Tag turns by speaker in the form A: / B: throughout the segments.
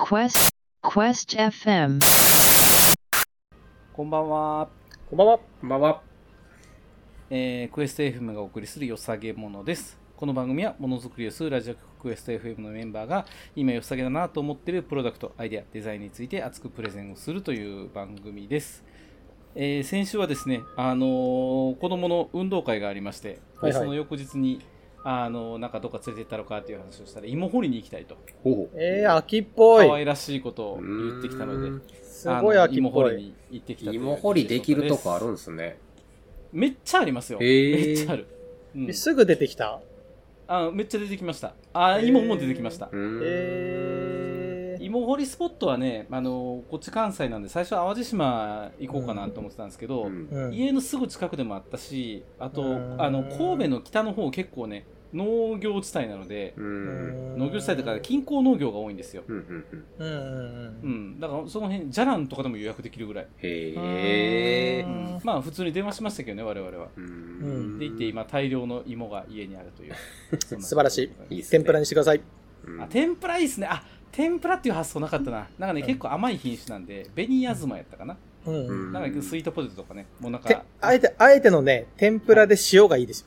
A: Quest Quest FM
B: こんばんは、
C: こんばんは。こんばんは。
B: えークエスト FM がお送りするよさげものですこの番組はものづくりをするラジオ局クエスト FM のメンバーが今よさげだなと思っているプロダクトアイデアデザインについて熱くプレゼンをするという番組です、えー先週はですね、あのー子供の運動会がありまして、
C: はいはい
B: でその翌日にあのーなんかどっか連れて行ったのかっていう話をしたら芋掘りに行きたいと
C: ほう
D: えー、秋っぽ
B: 可
D: い。
B: 愛らしいことを言ってきたので
D: すごい
B: あの
D: 秋
B: 芋
D: っ
B: 掘
D: ぽ
B: り
D: い。
B: に行ってきたという
C: 芋掘りできるとこある
B: エ
C: ん
B: ピソードで
C: ですね。
B: すめっちゃありますよ、
C: へー
B: めっちゃある、うん
D: えすぐ出てきた。
B: あめっちゃ出てきましたあ芋も出てきました、
C: うーん
D: えー、
B: 芋掘りスポットはねあのこっち関西なんで最初淡路島行こうかなと思ってたんですけど、
C: うん
D: うん
B: 家のすぐ近くでもあったしあと、
D: うん
B: あの神戸の北の方結構ね農業地帯なので、
C: うん
B: 農業地帯とか近郊農業が多いんですよ、
C: うんうんう
D: うん
C: ん
D: うん
B: う
D: うん。
B: ん、だからその辺じゃらんとかでも予約できるぐらい、
C: へえ
D: う。ん
B: まあ普通に電話しましたけどね我々は
C: う
D: うん
B: で行って今大量の芋が家にある というそんな
D: 素晴らしい
C: いいっすね
D: 天ぷらにしてください。
C: うん
B: あ天ぷらいいっすねあ天ぷらっていう発想なかったななんかね、
D: うん
B: 結構甘い品種なんで紅あずまやったかな、
D: うん
C: う
D: うん。
C: ん
B: なんかスイートポテトとかねもうなん
D: て
B: か
D: あえて、あえてのね、天ぷらで塩がいいですよ。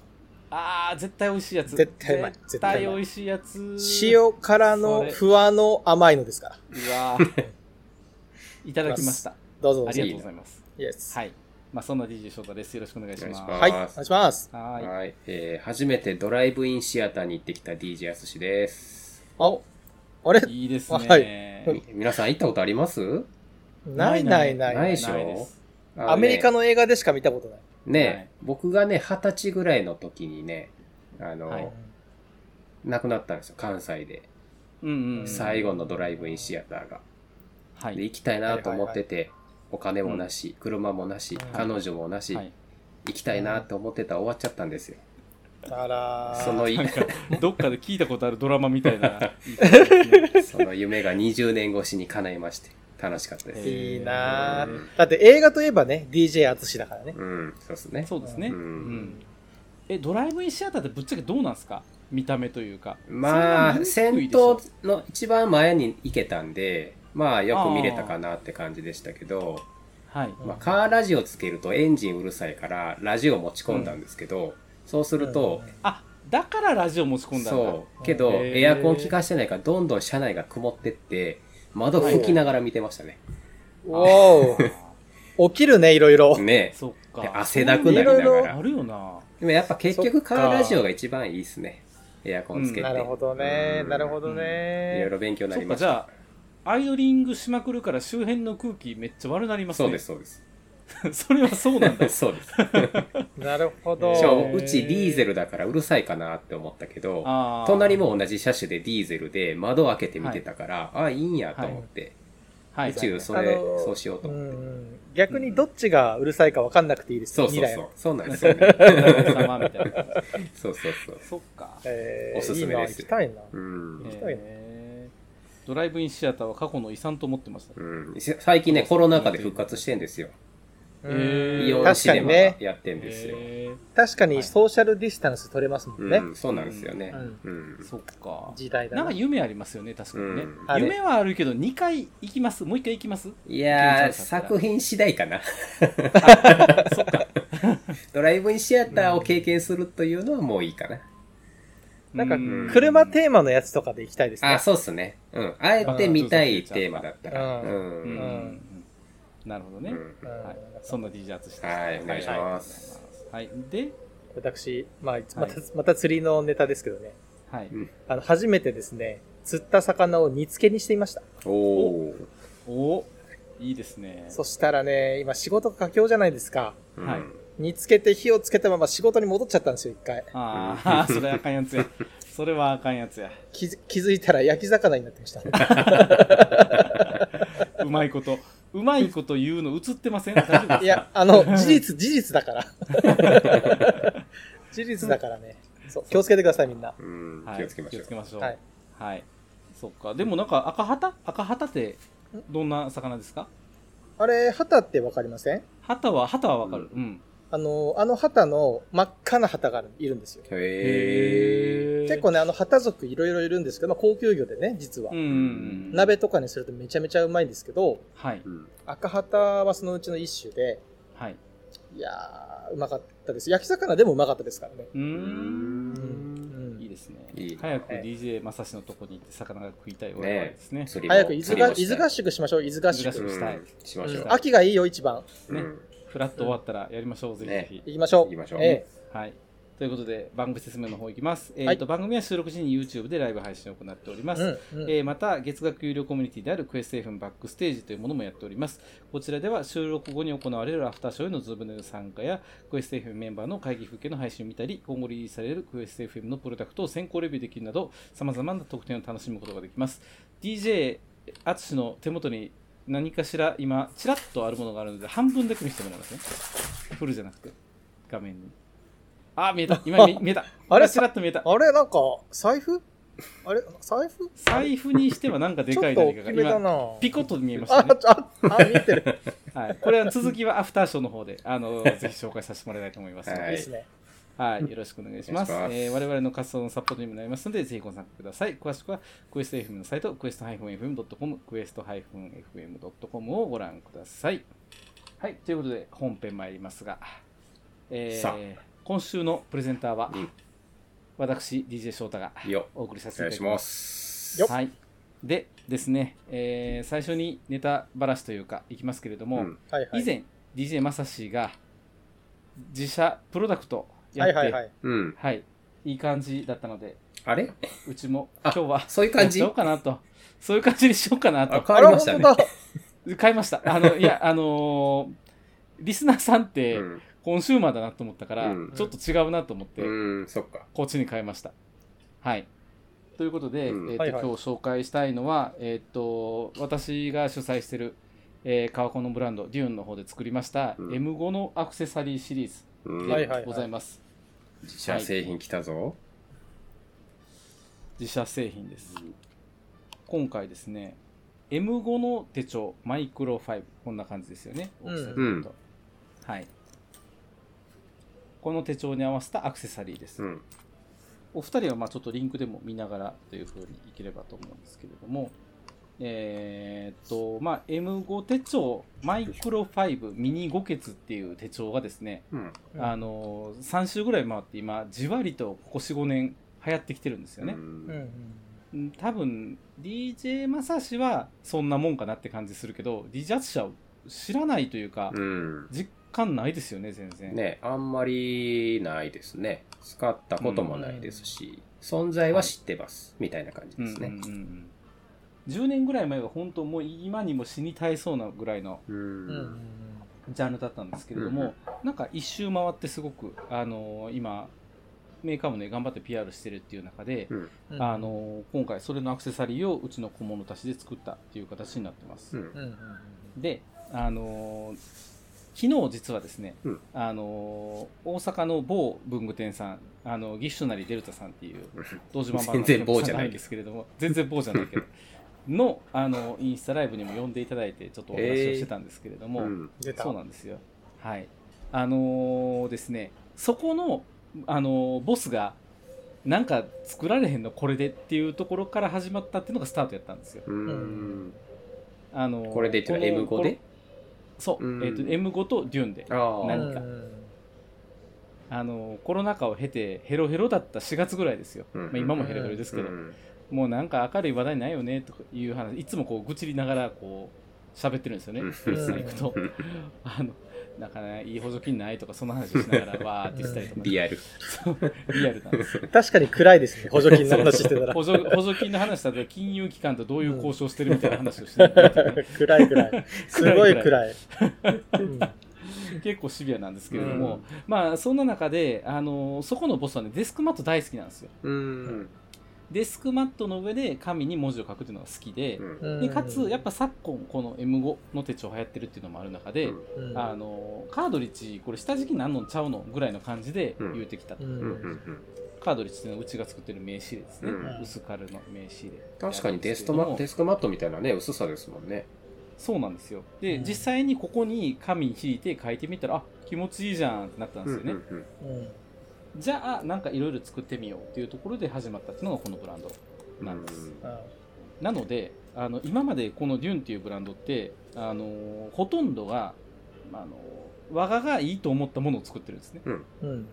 B: あー絶対美味しいやつ
D: 絶対うまい
B: 絶
D: 絶
B: 対
D: 対
B: 美
D: うまい
B: 味しいやつ
D: 塩辛
B: そ
D: の
B: れ
D: ふわの甘いのですから。
B: うわーいただきま した
D: どうぞど
B: あ
D: うぞ。
B: り
D: イ
B: がとうございます
D: エス。
B: はいまあそんな DJ 翔太ですよろしくお願いします
C: お願い
D: は
C: しま
D: い、お願いします。
B: はーい
C: はい。えー初めてドライブインシアターに行ってきた DJ やすしです。
D: あ、あれ
B: いいですね、
D: は
C: み皆さん行ったことあります
D: ないないない
C: な
D: ないい。
C: でしょ
B: ないです
C: あのね
D: アメリカの映画でしか見たことない。
C: ね、
B: はい
C: 僕がね、二十歳ぐらいの時にね、あの、
B: はい
C: 亡くなったんですよ、関西で。
B: うんうんうん
C: 最後のドライブインシアターが。
B: は
C: で
B: い
C: 行きたいなと思ってて、お金もなし、車もなし、
D: はい
C: 彼女もなし、
B: はい
C: 行きたいなと思ってたら終わっちゃったんですよ。
D: あらー
C: そのい
B: なんかどっかで聞いたことあるドラマみたいな言い方ですね
C: その夢が20年越しに叶いまして、楽しかったです。
D: いいな
C: うん
D: ーだって映画といえばね、DJ 淳だからね。
C: うん、そうですね。
B: そうですね、う
C: うんん
B: えドライブインシアターってぶっちゃけどうなんですか見た目というか
C: ま
B: そん
C: あ、
B: な
C: 先
B: 見にくいでしょ
C: 頭の一番前に行けたんで、まあ、よく見れたかなって感じでしたけど、
B: はい
D: ー
C: まあ、カーラジオつけるとエンジンうるさいから、ラジオ持ち込んだんですけど、そうすると、
B: あだからラジオ持ち込んだんだ
C: そう。け
B: へ
C: ど、
B: ー
C: エアコン効かしてないから、どんどん車内が曇ってって、窓拭きながら見てましたね。
D: うん、お お。起きるね、いろいろ。
C: ね
B: そっ
C: で
B: か
C: 汗だくなりな
D: 色
C: が
D: 々
B: あ
C: ら。
B: るよな
C: でもやっぱ結
D: そ
C: 局
D: っか
C: カーラジオが一番いいですね。エアコンつけて。
D: なるほどね、なるほど
C: ど
D: ね。
C: いろいろ勉強にな
B: そ
C: り
B: っか
C: まし
B: じ
C: た
B: ゃ。あアイドリングしまくるから周辺の空気めっちゃ悪なりますね
C: そうです、そうです。
B: す それはそうなんだ
C: そ うです。
D: なるほど。
C: しかも
B: へー
C: うちディーゼルだからうるさいかなって思ったけど、
B: あー
C: 隣も同じ車種でディーゼルで窓を開けて見てたから、ああ、いいんやと思って、
B: はい、
C: 宇宙そ
D: あ
C: れ、
D: のー
C: そうしようと
D: う
C: 思って。
D: ん、逆にどっちがうるさいか分かんなくていいです
C: そう
D: よ、
C: そ
D: 未
C: う
D: 来
C: そ
D: は
C: う。そうなんですよね。
B: 神様みたいな
C: そうそうそう。
B: そっ か
D: えー
C: おすすめです
D: いいな行きたいな。
C: うん
D: 行きたいね
B: えードライブインシアターは過去の遺産と思ってました
C: うん、せ最近ね、コロナ禍で復活してんですよ。
B: へー
C: イオン
D: 確
C: シ
D: か
C: ネ
D: に
C: マ
D: ね。
C: やってんですよ。
B: へ
D: 確かにソーシャルディスタンス取れますもんね。
C: うん、そうなんですよね。うん
B: ー。そっか
D: 時代だ
B: な
D: な。
B: んか夢ありますよね確かにね、
C: うん
D: ある
B: 夢はあるけど2回行きますもう1回行きます
C: いや
B: 緊張
C: ー、
B: した
C: 作品次第 かな。ドライブインシアターを経験するというのはもういいかな。
D: なん
B: う
D: か、車テーマのやつとかで行きたいです
C: あ、
D: ね。
C: そうっすね。うん。あえて見たいテーマだったら。
D: う
C: う
B: う
C: んん。
B: ん
C: うん
B: なるほどね、
D: うん
B: はい、そんな DJ アツシでした
C: はい、お願いします。
B: はいで、
D: 私、まあ、いつま
B: はい
D: た、また釣りのネタですけどね。
B: はい、
D: あの、初めてですね、釣った魚を煮付けにしていました。
C: おおー。
B: おいいですね
D: そしたらね、今仕事が佳境じゃないですか。
C: うん
B: はい
D: 煮つけて火をつけたまま仕事に戻っちゃったんですよ、一回。
B: ああそれあかんやつやそれはあかんやつや
D: 気づ気づいたら焼き魚になってまし た。
B: うまいことうまいこと言うの映ってません大丈夫ですか
D: いや、あの、事実、事実だから。 事実だからね。そう、気をつけてください、みんな。
C: うん
B: はい
C: 気をつけまし
B: 気
C: ょ
B: をつけ
C: う。
B: ましょう
D: は
B: はい
D: い、
B: そっかでもなんか赤旗赤旗ってどんな魚ですか
D: あれ、旗ってわかりません
B: 旗は旗はわかるうん、
D: あの、あの旗の真っ赤な旗があるいるんですよ。
C: へえ。
D: 結構ね、あの旗族いろいろいるんですけど、まあ高級魚でね、実は
B: うん。う。ん。
D: 鍋とかにするとめちゃめちゃうまいんですけど、
B: はい。
C: うん。
D: 赤旗はそのうちの一種で、
B: はい。
D: いやー、うまかったです。焼き魚でもうまかったですからね。
B: うー。
C: うんん。
D: うん
B: いいですね。
C: いい。
B: 早く
D: はい
B: DJ まさしのとこに行って魚が食いたい
C: ね
B: 俺はですね。
C: 釣りも
D: 早く伊豆が、伊
C: 釣り
D: 豆
C: も
D: 合宿しましょう、伊豆合宿。
B: 伊豆合宿したい
C: うんしましょ
D: う。
C: うん
D: 秋がいいよ、一番。
B: ね
C: うん
B: フラット終わったらやりましょう、ぜひぜひ。
D: 行きましょう。
C: 行きましょう
D: え
B: はい。ということで、番組説明の方いきます。えっ、
D: はい
B: と、番組は収録時に YouTube でライブ配信を行っております。
D: え。うん。うん
B: えーまた、月額有料コミュニティであるクエスト FM バックステージというものもやっております。こちらでは収録後に行われるアフターショーへのズームでの参加や、クエスト FM メンバーの会議風景の配信を見たり、今後リリースされるクエスト FM のプロダクトを先行レビューできるなど、様々な特典を楽しむことができます。DJ アツシの手元に何かしら今、ちらっとあるものがあるので、半分だけ見せてもらいますね。フルじゃなくて、画面に。あ、見えた。今見見えた。
D: あれ
B: ちらっと見えた。
D: あれ、なんか、財布あれ、財布
B: 財布にしてはなんかで
D: ち
B: か
D: ょっ
B: い
D: と
B: 何
D: 大
B: か
D: き
B: が
D: めだ
B: 今
D: な
B: ピコッと見えました
D: あ、
B: ね。
D: ちょあ、あ、見えてる。
B: はい、これは続きはアフターショーの方で、あ の、ぜひ紹介させてもらいたいと思いますの
D: い
B: で、
D: い
C: は
D: ですね。
B: はい、よろしくお願いします。
C: お願いします
B: えー我々の活動のサポートにもなりますので、ぜひご参加ください。詳しくは、クエスト FM のサイト、クエスト -fm.com、クエスト -fm.com をご覧ください。はい、ということで、本編参りますが、えー
C: さあ
B: 今週のプレゼンターは、
C: うん
B: 私、DJ 翔太が
C: いいよ。
B: お送りさせ
C: お
B: ていた
C: 願い
B: だき
C: し
B: ます
D: よ
C: ま。す。
D: っ
B: はい。でですね、えー最初にネタばらしというか、いきますけれども、
C: うん
D: はいはい。
B: 以前、DJ まさしが自社プロダクトや
D: は
B: っ
D: い
B: て、
D: はいはい。
C: うん。
B: はいいい感じだったので、
C: あれ
B: うちも
C: あ
B: 今日は
C: そういう感じ
B: やっちゃおうかなと、そういう感じにしようかな
C: あ、
B: と、
C: 変わりました
D: あ
C: ね。
D: ら本当だ
B: 買いました。あの、いや、あのーリスナーさんっ
C: う
B: て
C: ん
B: コンシューマーだなと思ったから、
C: うん
B: ちょっと違うなと思って、
C: うん、そっか。
B: こっちに変えました。はい。ということで、
C: うん
B: えーと
D: はいはい
B: 今日紹介したいのは、えー、と私が主催している、えー、カワコのブランド、デューンの方で作りました、
C: うん
B: M5 のアクセサリーシリーズ
C: うん
D: はいはい
B: でございます。
C: 自社製品来たぞ。
B: 自社製品です。今回ですね、M5 の手帳、マイクロ5、こんな感じですよね、
D: う
B: 大
D: ん
B: きさで言とはい。この手帳に合わせたアクセサリーです。
C: うん。
B: お二人はまあちょっとリンクでも見ながらというふうにいければと思うんですけれども、えーっと、まあ、M5 手帳、マイクロ5ミニ5欠っていう手帳がですね、
C: うん。
D: うん
B: あのー、3週ぐらい回って今、じわりとここ4、5年流行ってきてるんですよね
C: う。
D: うん
C: ん。
B: うん多分、DJ まさしはそんなもんかなって感じするけど、DJ アツシは知らないというか、
C: うん。
B: 実感ないですよね、全然。
C: ね、あんまりないですね。使ったこともないですし、存在は知ってます、みたいな感じです
B: うん
C: ね
B: うん。うんうん10年ぐらい前は本当もう今にも死に絶えそうなぐらいの
C: う
D: うんうん
C: ん。
B: ジャンルだったんですけれども、なんか一周回ってすごく、あのー今メーカーもね頑張って PR してるっていう中で、
C: うん。
D: うん
B: あのー今回それのアクセサリーをうちの小物たちで作ったっていう形になってます、
C: うん
D: うんうん
B: で、あのー昨日実はですね、
C: うん
B: あのー大阪の某文具店さんあのギッシュなりデルタさんっていう道島版の
C: 全然某じゃない
B: んですけれども全然某じゃない けどのあのインスタライブにも呼んでいただいてちょっとお話をしてたんですけれども、
C: うん。
D: 出た。
B: そうなんですよ。はい。あのーですね、そこの、あのーボスが、なんか作られへんのこれでっていうところから始まったっていうのがスタートやったんですよ。
C: うん。
B: あのー
C: これでっていうの
B: こ
C: は
B: の
C: M5 で
B: そう、
C: うん
B: えーと、M5 とデューンで、
C: ああ。
B: 何
D: うん
B: かあのーコロナ禍を経てヘロヘロだった4月ぐらいですよ。
C: うん
B: まあ、今もヘロヘロですけど、
C: うん
B: もうなんか明るい話題ないよねとかいう話、いつもこう愚痴りながらこう喋ってるんですよね、
C: うん
B: フリースに行くと
C: う。ん
B: あのなかなかいい補助金ないとかそんな話をしながらわーってしたりとか、
C: リアル。
B: そうリアルなんですよ
D: 確かに暗いですね、補助金の話してたら。
B: 補助補助金の話だと金融機関とどういう交渉してるみたいな話をしてるみたい な
D: 暗い暗 い。すごい暗い。うん
B: 結構シビアなんですけれども、
C: うん
B: まあそんな中であのそこのボスはねデスクマット大好きなんですよ
C: うん。
B: デスクマットの上で紙に文字を書くっていうのが好きで,、
C: うん
B: でかつやっぱ、昨今この M5 の手帳流行ってるっていうのもある中で、
C: うん
D: うん
B: あ、のカードリッジこれ下敷きなんのちゃうのぐらいの感じで言うてきた、
D: う
C: うんうんん
B: カードリッジっていうのはうちが作ってる名刺入れですね、
C: うん
B: 薄カルの名刺入れ
C: 確かにデストマ
B: なんで
C: デ
B: す
C: スクマットみたいなね、薄さですもんね。
B: けれどもそうなんですよ。で、
D: うん
B: 実際にここに紙に引いて書いてみたら、あ、気持ちいいじゃんってなったんですよね。
C: うんうんう
D: う
C: ん
D: ん。
B: じゃあ、なんかいろいろ作ってみようっていうところで始まったっていうのがこのブランド。なんです
C: うん
D: あ
B: なので、あの今までこのデューンっていうブランドって、あのーほとんどが、まああのー我ががいいと思ったものを作ってるんですね。
D: うん。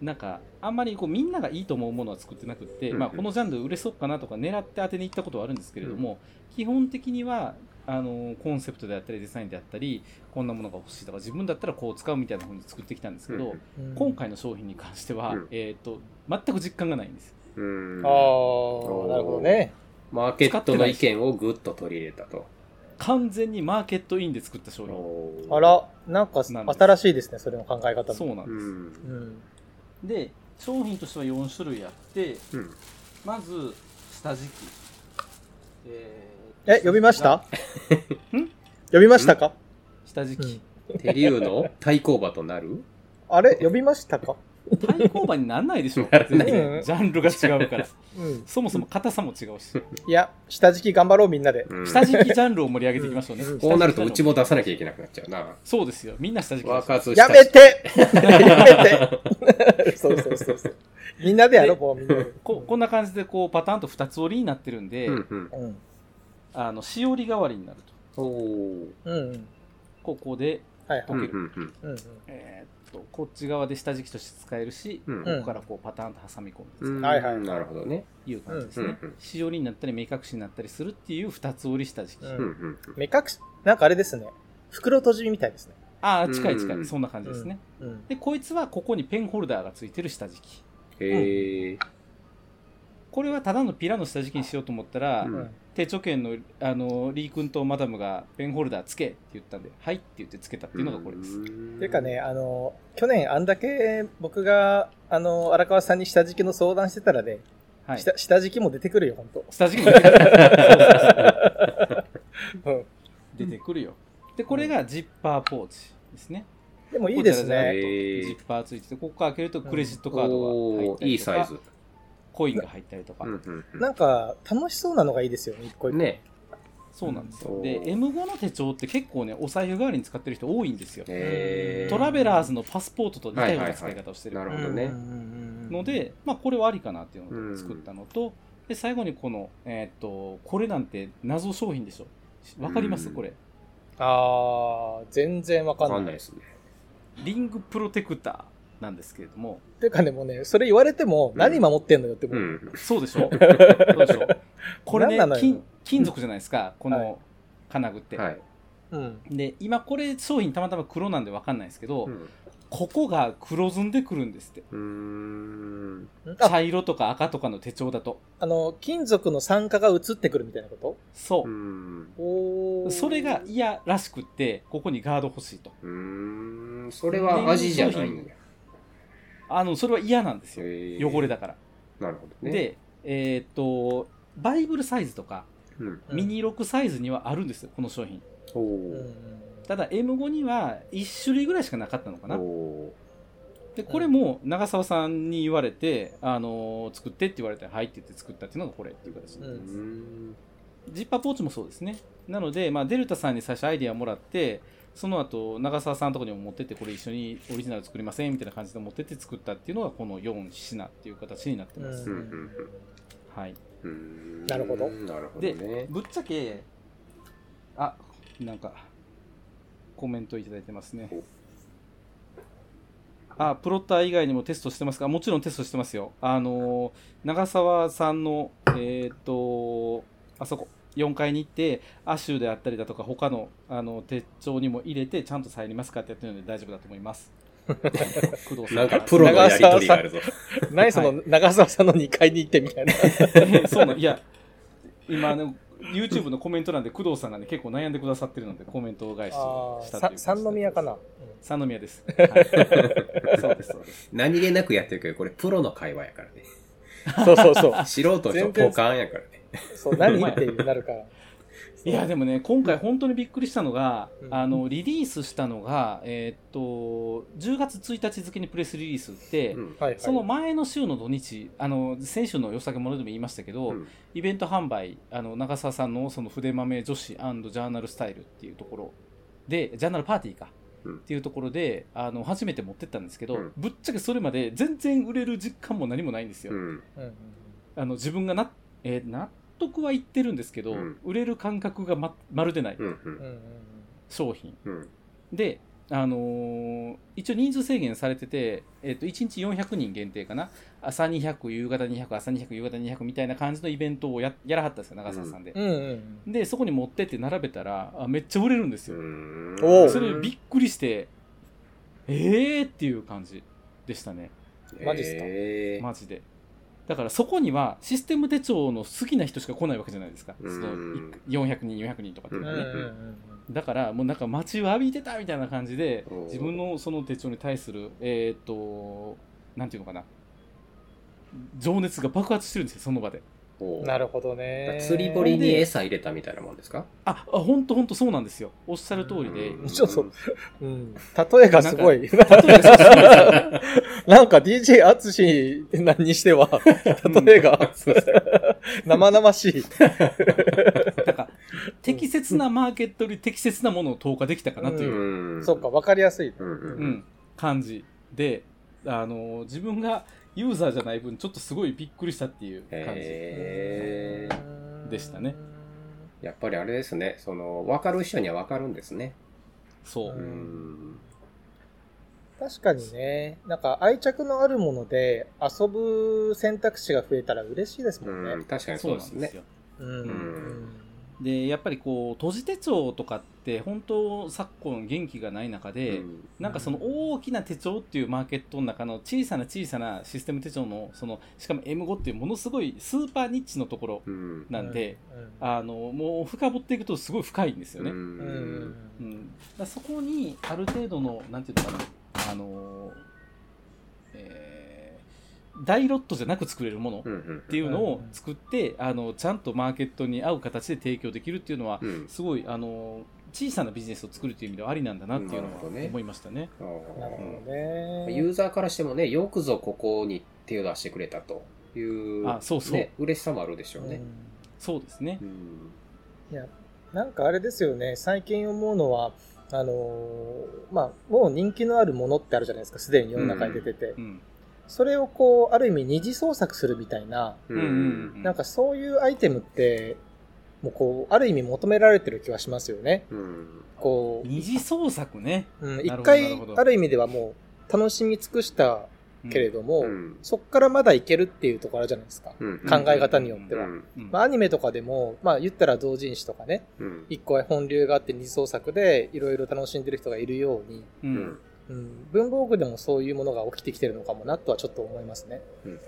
B: なんか、あんまりこうみんながいいと思うものは作ってなくって、
C: うんうん
B: まあ、このジャンル売れそうかなとか狙って当てに行ったことはあるんですけれども、基本的には、あのーコンセプトであったりデザインであったりこんなものが欲しいとか自分だったらこう使うみたいな風に作ってきたんですけど、
D: うん
B: 今。回の商品に関しては、
C: うん
B: えー、と全く実感がないんです
C: うん
D: ああ、なるほどね。
C: マーケットの意見をぐっと取り入れたと。
B: 完全にマーケットインで作った商品
D: あら、なんか
B: なんです
D: 新しいですね、それの考え方も。
B: そうなん
C: う
B: です、
C: ん。
D: うん。
B: で商品としては4種類あって
C: うん。
B: まず下敷き、えー
D: え、呼びました
B: ん
D: 呼びましたか
B: 下敷き、
C: テリューの対抗馬となる
D: あれ呼びましたか
B: 対抗馬にならないでしょ
C: なら
B: 全
C: ない
B: 然ジャンルが違う から
D: うん。
B: そもそも硬さも違うし
D: いや、下敷き頑張ろう、みんなで。
C: うん
B: 下敷きジャンルを盛り上げていきましょうね、
D: うん
C: こうなるとうち
B: も
C: も出さなきゃいけなくなっちゃうな。
B: そうですよみんな下敷きで
C: ワー
B: す
C: カーズ
D: やめてやめて そうそうそうそう。みんなでやろう、もうみんなで。
B: ここんな感じでこうパターンと2つ折りになってるんで、
C: うんうん。
D: うん。
B: あのしおり代わりになると
C: おー
D: うんうん。
B: ここで、
D: はいはい。
C: うんうんうん。
D: うんうん
B: えーっとこっち側で下敷きとして使えるし、
C: うん
B: ここからこうパターンと挟み込む
C: うん
D: はいはい
C: なるほどね。
B: という感じですね、
C: うんうん
B: しおりになったり目隠しになったりするっていう2つ折り下敷き、
D: うん
C: うんうん
D: 目隠し、なんかあれですね。袋閉じみたいですね。
B: ああ近い近い、
C: うん
B: そんな感じですね、
D: うん。
B: でこいつはここにペンホルダーがついてる下敷き
C: へえ。
B: これはただのピラの下敷きにしようと思ったら、
C: うん
D: うん
B: 低著権のあのリー君とマダムがペンホルダーつけって言ったんではいって言ってつけたっていうのがこれです、
C: ん
D: っていうかね、。あの、去年あんだけ僕が、あの、荒川さんに下敷きの相談してたらね、
B: はい、
D: 下下敷きも出てくるよ、本当。
B: 下敷きも出て くるそうそうそう
D: うん
B: 出てくるよでこれがジッパーポーチですね
D: でもいいですね。
C: へえ
B: ジッパーついててここ開けるとクレジットカードが入っ
C: お
B: た
C: ーい
B: り
C: い
B: とか、
C: サイズ。
B: コインが入ったりとか、
C: うんうんうん
D: なんか、楽しそうなのがいいですよね、一個一個。
C: ね。
B: そうなんですよ、
C: うん
B: で M5 の手帳って結構ねお財布代わりに使ってる人多いんですよ、
C: へー
B: トラベラーズのパスポートと似たような使い方をしてる
C: はいはいはいなる
D: うん。
C: ほどね
D: うんうんうん
B: の、で、まあ、これはありかなっていうのを作ったのと、で最後にこの、えー、とこれなんて謎商品でしょわかります
C: うん
B: これ
D: あー、全然わか
C: わ
D: んな
C: か
D: い。
C: んないですね。
B: リングプロテクターなんですけれども
D: ていうかね、もうね、それ言われても、
C: うん
D: 何守ってんのよって、も
C: う
D: う、
C: ん。
B: そうでしょそうでしょ これね
D: 何なのよ
B: 金金属じゃないですかこ
D: はい
B: の金具って、
C: はい。
D: うん。
B: で今これ商品たまたま黒なんでわかんないですけど、
C: うん
B: ここが黒ずんでくるんですって
C: うーん。
D: あ、
B: 茶色とか赤とかの手帳だと
D: あの、金属の酸化が移ってくるみたいなこ
B: そうう、
C: ん。
D: とおー
B: それが嫌らしくってここにガード欲しいと
C: うーん。それは味じゃないんや。
B: あのそれは嫌なんですよ
C: へー
B: 汚れだ。から、
C: なるほどね。、
B: でえーっとバイブルサイズとか
C: うん。
D: うん
B: ミニ6サイズにはあるんですよこの商品
C: お
D: うんう
C: ー
D: ん
B: ただ M5 には1種類ぐらいしかなかったのかな
C: お
B: でこれも長澤さんに言われて、あのー作ってって言われてはいって言って作ったっていうのがこれっていう形にな
C: ー
B: り
C: う
B: ます、
C: ん。
B: ジッパーポーチもそうですねなので、まあ、デルタさんに最初アイディアをもらってその後長澤さんのとこにも持ってってこれ一緒にオリジナル作りませんみたいな感じで持ってって作ったっていうのがこの4品っていう形になってます、
C: ん
B: はい、
C: うーん
D: なるほど
C: なるほど
B: で
C: ね。
B: ぶっちゃけあなんかコメントいただいてますねあプロッター以外にもテストしてますかもちろんテストしてますよあのー長澤さんのえっ、とあそこ4階に行ってアシュであったりだとか他のあの手帳にも入れてちゃんと入りますかってやってるので大丈夫だと思います工藤さ
C: なんかプロのやりとりがあるぞ。
D: 何その、長澤さんの2階に行ってみたいな。
B: そうなんいや、今ね、YouTube のコメント欄で工藤さんがね、結構悩んでくださってるので、コメントを返し
D: あ
B: したという
D: ーさ三宮かな。。
B: 三宮です。はい、そうです、そうです。
C: 何気なくやってるけど、これプロの会話やからね。
D: そうそうそう。
C: 素人の人ポカンやからね。
D: そう、何っていうなるから。
B: いやでもね今回本当にびっくりしたのが、
D: うん
B: あのリリースしたのが、えーっと10月1日付にプレスリリースって、
C: うん
D: はいはい。
B: その前の週の土日あの先週のよさげものでも言いましたけど、
C: うん
B: イベント販売あの長澤さんのその筆豆女子ジャーナルスタイルっていうところでジャーナルパーティーか、
C: うん
B: っていうところであの初めて持ってったんですけど、
C: うん
B: ぶっちゃけそれまで全然売れる実感も何もないんですよ。
C: うん
D: うんうん
B: あの自分がな、えー納得はいってるんですけど、
C: うん
B: 売れる感覚がままるでない
C: うんう
D: うんんうん
B: 商品
C: うん
B: で、あのー一応人数制限されてて、えっと1日400人限定かな朝200夕方200朝200夕方200みたいな感じのイベントをややらはったんですよ長澤さんで、
D: うんうんうん
B: でそこに持ってって並べたらあめっちゃ売れるんです
C: う
B: よ、
C: ん
D: おう
B: それびっくりしてえーっていう感じでしたね
D: マジっすか
C: えー
B: マジでだからそこにはシステム手帳の好きな人しか来ないわけじゃないですか、
C: うん
B: その400人400人とかっていうの
D: うん
B: は
D: う
B: ね、
D: んうん
B: だからもうなんか待ちわびてたみたいな感じで
C: おー
B: 自分のその手帳に対するえーっとなんていうのかな情熱が爆発してるんですよその場で
C: お
D: う
C: うん
D: なるほどね。
C: 釣り堀に餌入れたみたいなもんですか
B: ああ本当本当そうなんですよおっしゃる通りで、
C: うん
D: ちょっとうん。例えがすごい。
B: 例えばそうですよね
D: なんか DJ アツシにして は、例えが、 生々しい。
B: なんか適切なマーケットに適切なものを投下できたかなという、
C: うん
D: そうか、わかりやすい。
C: うんう
B: うんん、感じであの自分がユーザーじゃない分ちょっとすごいびっくりしたっていう感じ、
C: へー
B: でしたね。
C: やっぱりあれですねその分かる人には分かるんですね
B: そうう、
C: ん
D: 確かにね、なんか愛着のあるもので遊ぶ選択肢が増えたら嬉しいですもん
C: うん
D: ね。
C: 確かにそうですね
B: よ
D: うん。うん
B: でやっぱりこう閉じ手帳とかって本当昨今元気がない中で、
C: うん
B: なんかその大きな手帳っていうマーケットの中の小さな小さなシステム手帳のそのしかも M5 っていうものすごいスーパーニッチのところ
C: うん
B: なんで、、
D: うん
B: あのもう深掘っていくとすごい深いんですよね、うん
D: うん
B: うんんだからそこにある程度のなんていうのかなあの、えー大ロットじゃなく作れるもの
C: う
B: っ
C: んうん
B: ていうのを作って、あのちゃんとマーケットに合う形で提供できるっていうのは
C: うん
B: すごいあの小さなビジネスを作るという意味ではありなんだなっていうの
C: なる
B: は
C: ほどね
B: 思いましたね。
C: あー
D: なるほどね。
C: ユーザーからしてもねよくぞここに手を出してくれたという
B: あそうそう
C: ね、嬉しさもあるでしょうね、
D: うん
B: そうですね
C: う。ん
D: なんかあれですよね、最近思うのは、あのーまあ、もう人気のあるものってあるじゃないですか、すでに世の中に出てて。
B: うん。
D: それをこう、ある意味二次創作するみたいな、
C: う
B: うんうん。
D: なんかそういうアイテムって、もうこう、ある意味求められてる気はしますよね。
C: うん
D: こ
B: 二次創作ね。
D: う、うん、
B: なるほ
D: 一
B: どなる
D: 回
B: ほ、ど
D: ある意味ではもう、楽しみ尽くした
B: うん
D: けれ。ども、
C: うん
D: そっからまだいけるっていうところじゃないですか。
C: うん
D: 考え方によって
C: う
D: は。
C: ん
B: うん
D: まあ、アニメとかでも、まあ、言ったら同人誌とかね、
C: うん
D: 一個は本流があって二次創作でいろいろ楽しんでる人がいるように、
B: う
C: うんんうん
D: うん、文房具でもそういうものが起きてきてるのかもなとはちょっと思いますね。
C: うん
D: うん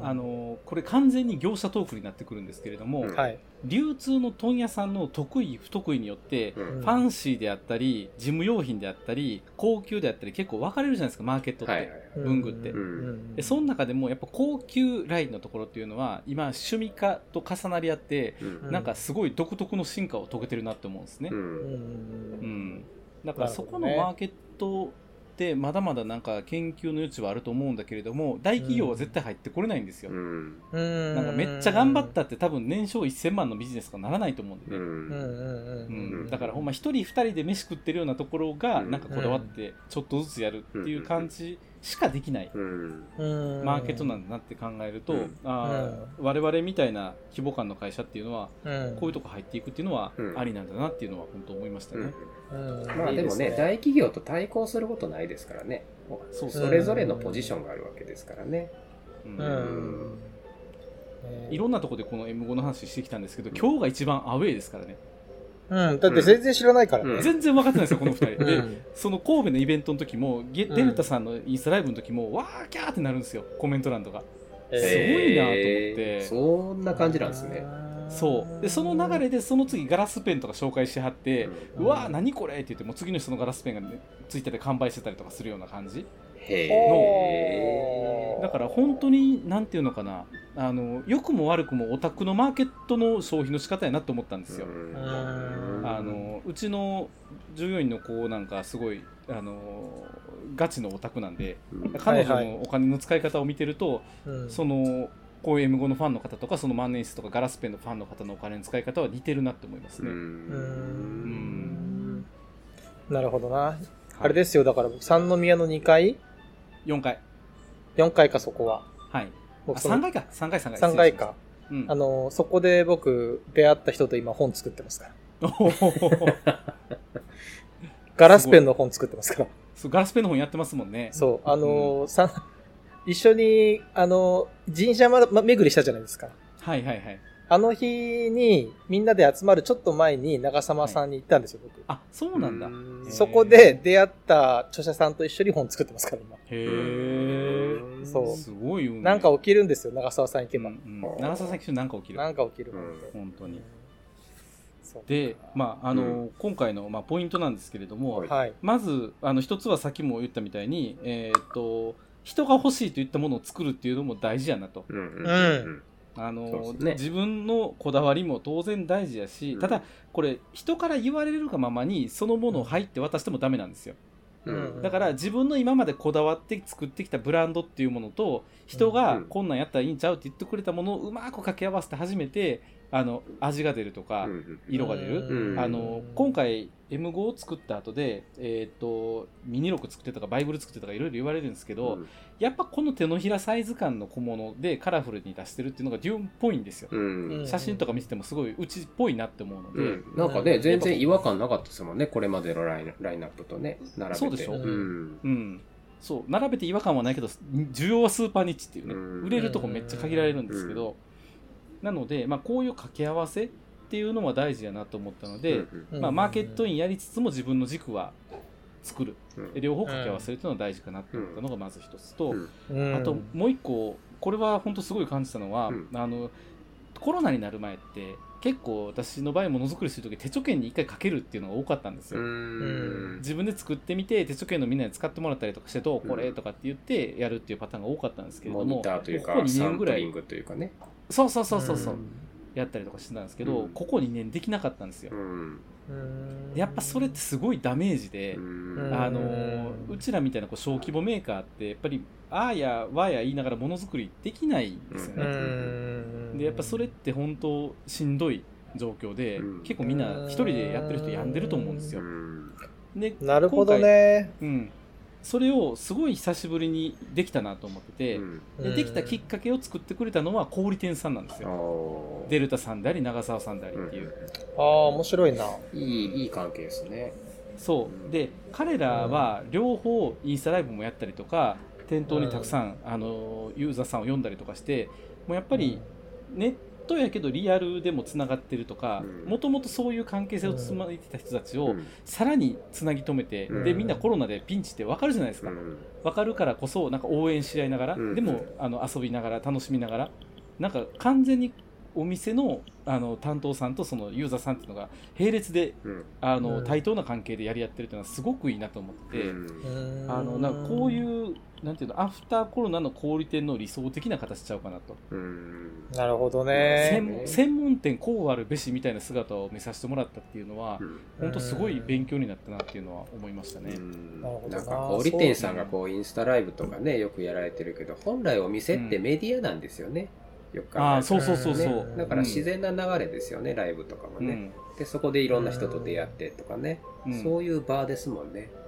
B: あ、のこれ完全に業者トークになってくるんですけれども、
C: うん
D: はい。
B: 流通の問屋さんの得意不得意によって、
C: う
D: うん
C: ん
B: ファンシーであったり事務用品であったり高級であったり結構分かれるじゃないですかマーケットって、
C: はいはいはい
B: 文具って
D: うん
B: でその中でもやっぱ高級ラインのところっていうのは今趣味化と重なり合って
C: う
D: うん
B: なんかすごい独特の進化を遂げてるなって思うんですね、
C: うん
D: うん
B: うん、だから
D: なる
B: そ
D: ほど
B: こ
D: ね
B: のマーケットってまだまだなんか研究の余地はあると思うんだけれども大企業は絶対入ってこれないんですよ、
C: うん
D: うん
B: なんかめっちゃ頑張ったって多分年商1000万のビジネスとかならないと思うんで
C: う
B: ね、
D: うんうんんう
B: うん
D: うん
B: んだからほんま1人2人で飯食ってるようなところが
C: うん
B: なんかこだわってちょっとずつやるっていう感じしかできない
C: うん
D: うん
B: マーケットなんだなって考えると、
C: うん
B: あー我々みたいな規模感の会社っていうのは
D: うん
B: こういうとこ入っていくっていうのは
C: うん
B: ありなんだなっていうのは本当思いましたね。
D: うん
C: まあ
D: いい
C: でもね
D: す
C: 大企業と対抗することないですからね
B: そうそう
C: それぞれのポジションがあるわけですからね
B: うん
D: うん。ね
B: いろんなところでこの M5 の話してきたんですけど今日が一番アウェーですからね
D: うん、だって全然知らないから
C: うん
D: ね。
B: 全然分かってないですよこの2人。
D: う
B: で
D: ん
B: その神戸のイベントの時もゲ
D: うん
B: デルタさんのインスタライブの時も、わーキャーってなるんですよコメント欄とか
D: え
B: すご
D: ー
B: いなと思って
C: えーそんな感じなんですね。
B: そうでその流れでその次ガラスペンとか紹介しはって、
C: うん
B: うわー何これって言ってもう次の人のガラスペンが、ね、ツイッターで完売してたりとかするような感じ
C: へへ
D: お
C: え
D: ー
B: だから本当に何ていうのかなあの良くも悪くもオタクのマーケットの消費の仕方やなと思ったんですよ、
D: うん
B: あのうちの従業員の子なんかすごいあのガチのオタクなんで彼女
D: はいは
B: のお金の使い方を見てると、
D: うん
B: そのこういう M5 のファンの方とかその万年筆とかガラスペンのファンの方のお金の使い方は似てるなって思いますね、
D: う
B: うんん
D: なるほどな。
B: はい
D: あれですよ、だから僕、三宮の2階
B: 4回
D: ?4 階か、そこは。
B: はいあ
D: 僕その
B: 3回か3回3回
D: 3階か。
B: 失礼し
D: あ
B: まし
D: の、そこで僕、出会った人と今本作ってますから。
B: たうんおほほほ
D: ガラスペンの本作ってますから。
B: そうガラスペンの本やってますもんね
D: そう、あの、さん、一緒に、あの、神社まま巡りしたじゃないですか。
B: はいはいはい
D: あの日に、みんなで集まるちょっと前に長澤さんに行ったんですよ、僕。
B: あそうなんだへー
D: そこで出会った著者さんと一緒に本作ってますから、今。
B: へえ
D: そう
B: すごいよね
D: なんか起きるんですよ、長澤さん行けば。
B: うんうん長澤さん一緒になんか起きる
D: なんか起きるもんで。
B: 本当に
D: そうか
B: で、まああの
C: う
B: 今回の、まあ、ポイントなんですけれども、
C: はい
D: はい。
B: まずあの一つはさっきも言ったみたいに、えーっと人が欲しいといったものを作るっていうのも大事やなと
C: うんうん
D: うん
B: あ
C: そうで
B: の、
C: すね
B: 自分のこだわりも当然大事やし、
C: うん
B: ただこれ人から言われるがままにそのものを入って渡してもダメなんですよ
C: うん
B: だから自分の今までこだわって作ってきたブランドっていうものと人
C: う
B: が
C: ん
B: こんなんやったらいいんちゃうって言ってくれたものをうまく掛け合わせて初めてあの味が出るとか、
C: うん
B: 色が出る
C: うん
B: あの今、回 M5 を作った後で、えー、とミニロク作ってたとかバイブル作ってたとかいろいろ言われるんですけど、やっぱこの手のひらサイズ感の小物でカラフルに出してるっていうのがデュオンっぽいんですよ、
C: うん
D: うん
B: 写真とか見ててもすごいうちっぽいなって思うので、
C: うん、なんかね、全然違和感なかったですもんね、これまでのラインラインナップとね、並べて。
B: そうでしょう
C: ん。
B: ん、そう並べて違和感はないけど需要はスーパーニッチっていうね、
C: うん
B: 売れるとこめっちゃ限られるんですけど、なので、まあ、こういう掛け合わせっていうのは大事やなと思ったので、
C: うん
D: うん
B: まあ、マーケットインやりつつも自分の軸は作る
C: うん
B: 両方掛け合わせるというのは大事かなと思ったのがまず一つと、
C: うん
D: うん
B: あともう一個これは本当すごい感じたのは、
C: うん
B: あのコロナになる前って結構私の場合ものづくりする時手帳券に一回かけるっていうのが多かったんです
C: う
B: よ。
C: ん。
B: 自分で作ってみて手帳券のみんなに使ってもらったりとかしてどうこれ
C: うん
B: とかって言ってやるっていうパターンが多かったんですけれ
C: モ
B: ど
C: ニ
B: も
C: ターというか
B: ここ、2
C: サ
B: 年
C: ン
B: ぐ
C: プ
B: ら
C: リン
B: い
C: グというかね。
B: そうそうそうそうそう
D: うん
B: やったりとかしてたんですけど、
C: うん
B: ここ2年できなかったんですよ
C: う。ん。
D: うん
B: でやっぱそれってすごいダメージで、
C: うん
B: あのーうちらみたいなこう小規模メーカーってやっぱりあーやわーや言いながらものづくりできないんですよ
D: う
B: ね、
D: ん
B: でやっぱそれって本当しんどい状況で、
C: うん
B: 結構みんな一人でやってる人病んでると思うんですよ、で
D: なるほどね
B: 今回うん、それをすごい久しぶりにできたなと思ってて、でできたきっかけを作ってくれたのは小売店さんなんですよ、デルタさんであり長澤さんでありっていう、
D: ああー面白いない
C: い、いい関係ですね。
B: そうで彼らは両方インスタライブもやったりとか店頭にたくさん、あのユーザーさんを読んだりとかしてもうやっぱりネットやけどリアルでもつながってるとか
C: うん
B: もともとそういう関係性をつまいてた人たちを
C: ん。
B: さらにつなぎ止めて、
C: うん
B: でみんなコロナでピンチって分かるじゃないですか、分かるからこそなんか応援し合いながら、
C: うん
B: でもあの遊びながら楽しみながらなんか完全にお店のあの担当さんとそのユーザーさんっていうのが並列であの、
D: うん
B: 対等な関係でやり合ってるっていうのはすごくいいなと思ってて、あのなんかこういうなんていうのアフターコロナの小売店の理想的な形ちゃうかなと、
C: うん。
D: なるほどね
B: 専門専門店こうあるべしみたいな姿を見させてもらったっていうのは、本当すごい勉強になったなっていうのは思いましたね。
D: なるほどな
C: なんか小売店さんがこうインスタライブとかねよくやられてるけど本来お店ってメディアなんですよね、よく考えたら
B: ああそうそうそうそう、
D: ね
C: だから自然な流れですよね、ライブとかも
B: うんう
C: ね、
B: ん
C: でそこでいろんな人と出会ってとかね、
B: うん
C: そういう場ですもんね、
D: うん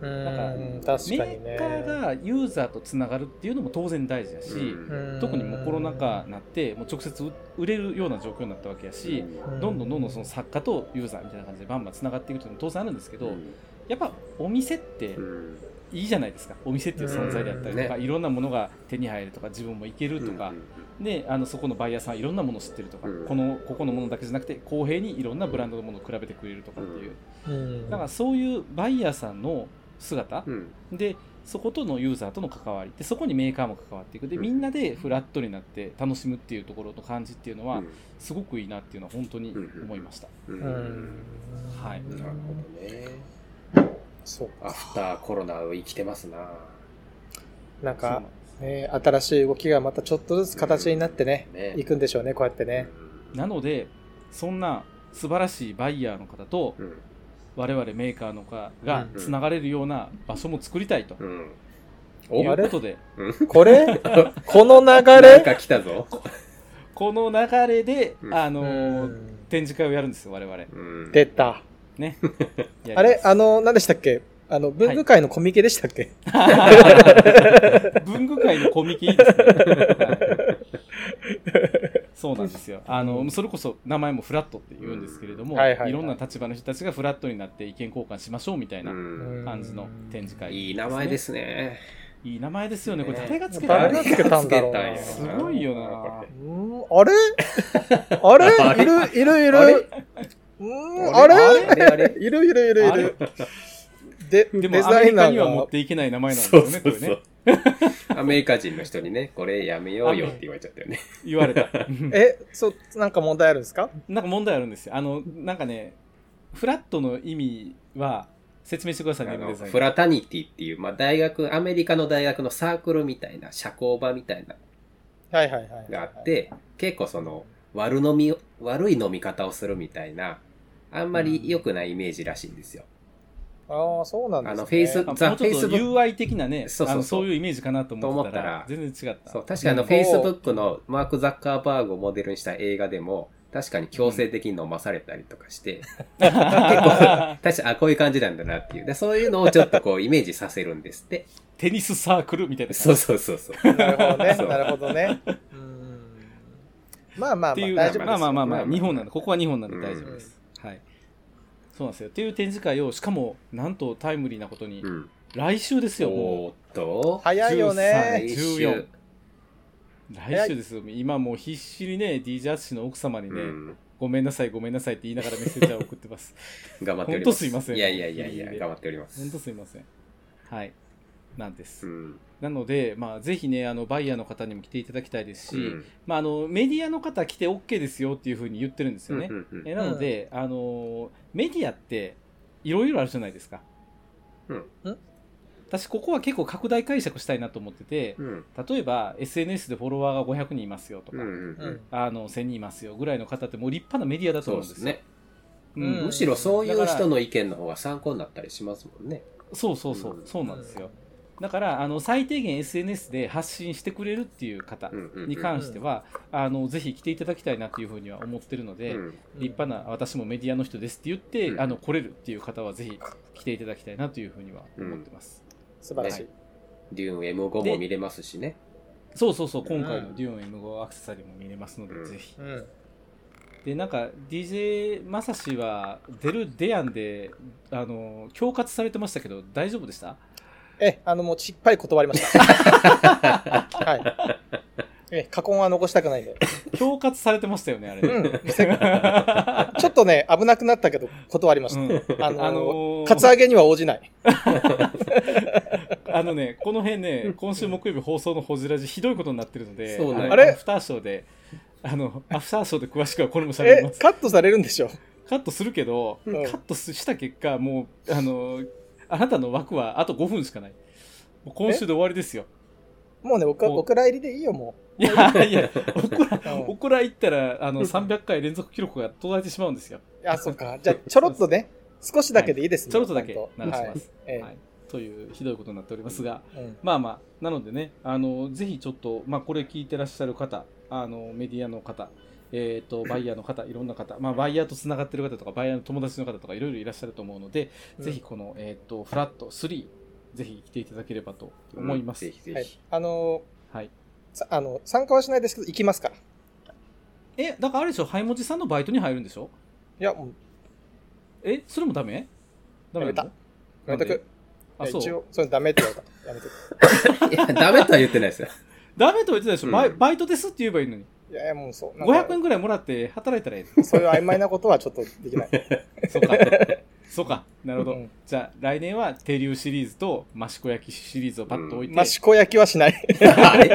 B: なん
D: 確かに
B: メ
D: ね
B: ーカーがユーザーとつながるっていうのも当然大事だし、
D: うん
B: 特にもうコロナ禍になってもう直接売れるような状況になったわけやし、
D: うん
B: どんどんどんどんその作家とユーザーみたいな感じでバンバンつながっていくっていうのも当然あるんですけど、
C: うん
B: やっぱお店って
C: うん
B: いいじゃないですかお店っていう存在であったりとか、
C: うん
B: いろんなものが手に入るとか自分も行けるとか、であのそこのバイヤーさんいろんなものを知ってるとか、
C: うん
B: このここのものだけじゃなくて公平にいろんなブランドのものを比べてくれるとかっていう、
D: うん
B: だからそういうバイヤーさんの姿、
C: うん
B: でそことのユーザーとの関わりでそこにメーカーも関わっていくでみんなでフラットになって楽しむっていうところの感じっていうのはすごくいいなっていうのは本当に思いました、
C: うん
D: うん
B: はい
C: なるほどね
D: そう。
C: アフターコロナを生きてますな
D: なん
B: そうな
D: か
B: ん、
D: ね、新しい動きがまたちょっとずつ形になってね、
C: ね
D: いくんでしょうね、こうやってね。
B: なのでそんな素晴らしいバイヤーの方と
C: うんうん
B: 我々メーカーの方が
D: うん
C: うん
B: つながれるような場所も作りたいとい
C: うん
D: お
B: うことで
D: これこの流
C: なん
D: れ
C: か来たぞ
B: この流れで、
C: うん
B: あのー
D: うん
B: 展示会をやるんですよ我々やり
C: うん
D: 出た。
B: ます
D: あれあの、何でしたっけあの、文具界のコミケでしたっけ、
B: 文具界のコミケいいですね、はいそうなんですよあのそれこそ名前もフラットって言うんですけれども、
D: はいいはいはい
B: ろんな立場の人たちがフラットになって意見交換しましょうみたいな
C: うん
B: 感じの展示会、
C: いい名前ですね
B: いい名前ですよねこれ
C: ね
B: 誰がつけた
D: 誰
B: の
D: がつけたんだろう
C: 誰
D: な。
C: がつ
B: す
C: けたんやろ
B: ごいよな
D: うんあれ あ
C: あ
D: れ
C: れ
D: いるいるい
C: あ
D: る
C: れ
D: うんあれ
C: あれあれ
D: いるいるいるい
B: あれ
D: るで、
B: で
D: デ
B: もア
D: ザ
B: メリ
D: イ
B: カ
D: ナー
B: には持
D: が
B: っ。ていけない名前なんです
C: そ
B: よ
C: う
B: ね
C: そ
B: こ
C: う
B: れ
C: そ
B: ね
C: うアメリカ人の人にねこれやめようよって言われちゃったよね
B: 言われた
D: え、そう、なんか問題あるんですか
B: なんか問題あるんですよあのなんかねフラットの意味は説明してくださいね
C: あ
B: デ
C: の
B: ザイン
C: フラタニティっていう、まあ、大学アメリカの大学のサークルみたいな社交場みたいな
D: はいはいはい。
C: のがあっ、て結構その悪飲み悪い飲み方をするみたいなあんまり良くないイメージらしいんですよ、
D: ああ、そうなんですね。
C: あのフェイス
B: あもうちょ
C: ザ
B: っと
C: Facebook
B: 友愛的なね、
C: そうそうそう
B: あのそういうイメージかなと思ってたら、
C: と
B: 全然違った。
C: そう確かにあの
D: うん
C: フェイスブックのマーク・ザッカーバーグをモデルにした映画でも確かに強制的に飲まされたりとかして、結構確かにあこういう感じなんだなっていうでそういうのをちょっとこうイメージさせるんですって
B: テニスサークルみたいな。
C: そうそうそうそう
D: なるほ どね。
C: そう
D: なるほどね。うんまあまあ
B: って
D: まあ
B: い
D: 大
B: う、
D: 丈夫ですよ。
B: まあまあまあま
C: まあ
B: あ、
C: まあ
B: 日本なんで、ここは日本なんで大丈夫
D: う
B: で
D: ん
B: す。はい。そうなんですよ。っていう展示会を、しかも、なんとタイムリーなことに、
C: うん、
B: 来週ですよ、も
C: おーっと
D: 早いよ
B: 13
D: ね。
C: 来週
B: 14う。来週ですよ。今もう必死にね、DJ 淳の奥様にね、
C: うん
B: ごめんなさい、ごめんなさいって言いながらメッセージを送って ます。
C: 頑張っており
B: ほん
C: ます。
B: とすいません
C: いやいやいやい
B: ギリギ
C: や、
B: リ
C: 頑張っております。
B: ほんとすいません。はい。なんです。
C: うん。
B: なので、まあ、ぜひね、あの、バイヤーの方にも来ていただきたいですし、
C: うん
B: まあ、あのメディアの方来て OK ですよっていうふうに言ってるんですよね。
C: うんうんうん
B: えなので、あのメディアっていろいろあるじゃないですか。
D: うんん
B: 私ここは結構拡大解釈したいなと思ってて
C: う、ん
B: 例えば SNS でフォロワーが500人いますよと
C: うん
B: か、
C: うんうん
B: あの1000人いますよぐらいの方ってもう立派なメディアだと
C: そう
B: 思う
C: で
B: んですすよ。
C: ね。
B: う
D: うん
B: ん
C: むしろそういう人の意見の方が参考になったりしますもんね。
B: そうそうそう、
C: うん
B: そうなんですよ。だからあの最低限 SNS で発信してくれるっていう方
C: うんうんうん
B: に関しては、あのぜひ来ていただきたいなというふうには思ってるので、
C: うん
B: 立派な私もメディアの人ですって言って、
C: うん
B: あの来れるっていう方はぜひ来ていただきたいなというふうには思ってます、
D: 素晴らしい。
C: デューン M5 も見れますしね。
B: そうそうそう今回のデュオン M5 アクセサリーも見れますので、
C: うん
B: ぜひ
D: うん。
B: でなんか DJ まさしは出る出やんであの恐喝されてましたけど大丈夫でした
D: え、あの、もうちっぱり断り ました。はい。え、過婚は残したくないんで。
B: 恐喝されてましたよねあれ、
D: うん。 ちょっとね、危なくなったけど、断りました。
B: うん
D: あのー
B: あのー
D: カツアゲには応じない。
B: あのね、この辺ね、今週木曜日放送のほじらじ、ひどいことになってるので、
C: そうね
B: の
D: あれ
B: アフターショーで、あの、アフターショーで詳しくはこれも喋りま
D: え
B: す、。
D: カットされるんでしょ
B: カットするけど、
D: うん
B: カットした結果、もう、あの、あなたの枠はあと5分しかない。もう今週で終わりですよ。
D: もうね、おか
B: もう
D: お蔵入りでいいよ、も
B: いやいや、おこら、
D: う。うん
B: おこら行ったら、あの、300回連続記録が途絶えてしまうんですよ。
D: あ、そっか。 じゃあ、ちょろっとね、少しだけでいいですね。
B: ちょろっとだけ
D: ちゃん
B: 流しま
D: はい
B: す。
D: え
B: はい。という、ひどいことになっておりますが、
D: えうん
B: まあまあ、なのでね、あのぜひちょっと、まあ、これ聞いてらっしゃる方、あのメディアの方、えーと、バイヤーの方、いろんな方、まあ、バイヤーとつながってる方とか、バイヤーの友達の方とか、いろいろいらっしゃると思うので、
D: うん
B: ぜひこの、えー、とフラット3、ぜひ来ていただければと思います。
C: ぜひぜ
D: はい
C: ひ。。
D: あの
B: はい、
D: ーさあの、参加はしないですけど、行きますから。い
B: え、だからあれでしょ、ハイモジさんのバイトに入るんでしょ
D: や、もう、
B: え、それもダメダメなの
D: やめやめとく。
B: あ、
D: いや一
B: そう。
D: 応、それダメって言われた。やめとく。
C: いや、ダメとは言ってない ですよ。
B: ダメとは言ってたでしょ、
C: うん
B: バイバイトですって言えばいいのに。
D: いやいや、もうそう。なん
B: 500
D: か
B: 円ぐらいもらって働いたらいい
D: そういう曖昧なことはちょっとで きない。
B: そう か。そうか。なるほど。
D: うん
B: じゃあ、来年は、手流シリーズと、益子焼きシリーズをパッと置いて。
D: 益子焼きはしない。
C: あれ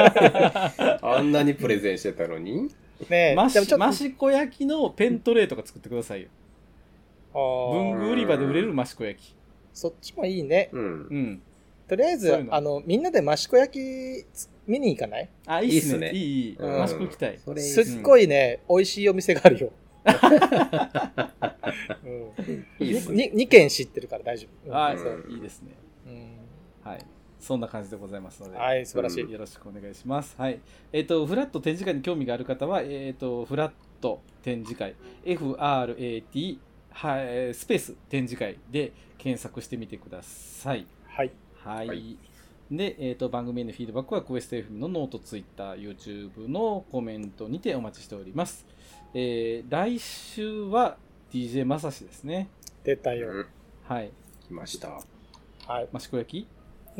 C: あんなにプレゼンしてたのに。
D: ねえ。
B: マシ
D: でもちょっと
B: 益子焼きのペントレーとか作ってくださいよ。
D: あー
B: 文具売り場で売れる益子焼き。
D: そっちもいいね。
C: うん。
B: うん。
D: とりあえ
B: そういう
D: ず、
B: の
D: あの、みんなで益子焼きつ見に行かない
B: あ、いいっす
C: いいっす
B: ね。
C: ね
B: いい、いい。
D: うん
B: マスク行きたい。
C: それいい
D: すっごいね、美味しいお店がある よ。
C: いいっすね
D: 2軒知ってるから大丈夫。うん
B: はい
C: うん、
B: いいですね。
D: うん
B: はい。そんな感じでございますので。
D: はい、素晴らしい。
B: よろしくお願いします。はい。えっ、と、フラット展示会に興味がある方は、えっ、と、フラット展示会、FRAT、はいえー、スペース展示会で検索してみてください。
D: はい。
B: はい。
C: はい
B: で、えっ、と、番組へのフィードバックは、クエスト FM のノート、ツイッター、YouTube のコメントにてお待ちしております。えー来週は DJ まさしですね。
D: 出たよ。
C: うん。
B: はい。
C: 来ました。
D: はい。
B: 益子焼き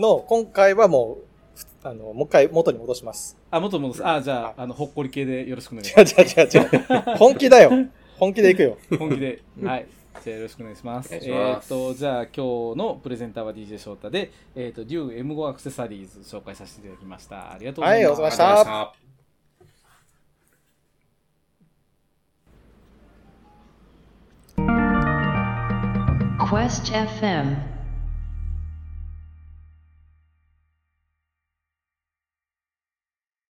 D: の、今回はもう、ふあの、もう一回元に戻します。
B: あ、元戻す。あ、じゃあ、あの、ほっこり系でよろしくお願いします
D: 違う違う違う違う。本気だよ。本気で行くよ。
B: 本気で。はい。じゃあよろしくお願いします。
C: お願いし
B: え
C: ま
B: っ
C: す
B: と、じゃあ今日のプレゼンターは DJ 翔太で、えっ、と、デュー M5 アクセサリーズ紹介させていただきました。ありがとうございます。
D: はいお疲れ様でし
C: あり
D: た
C: がとうございました。
A: Quest FM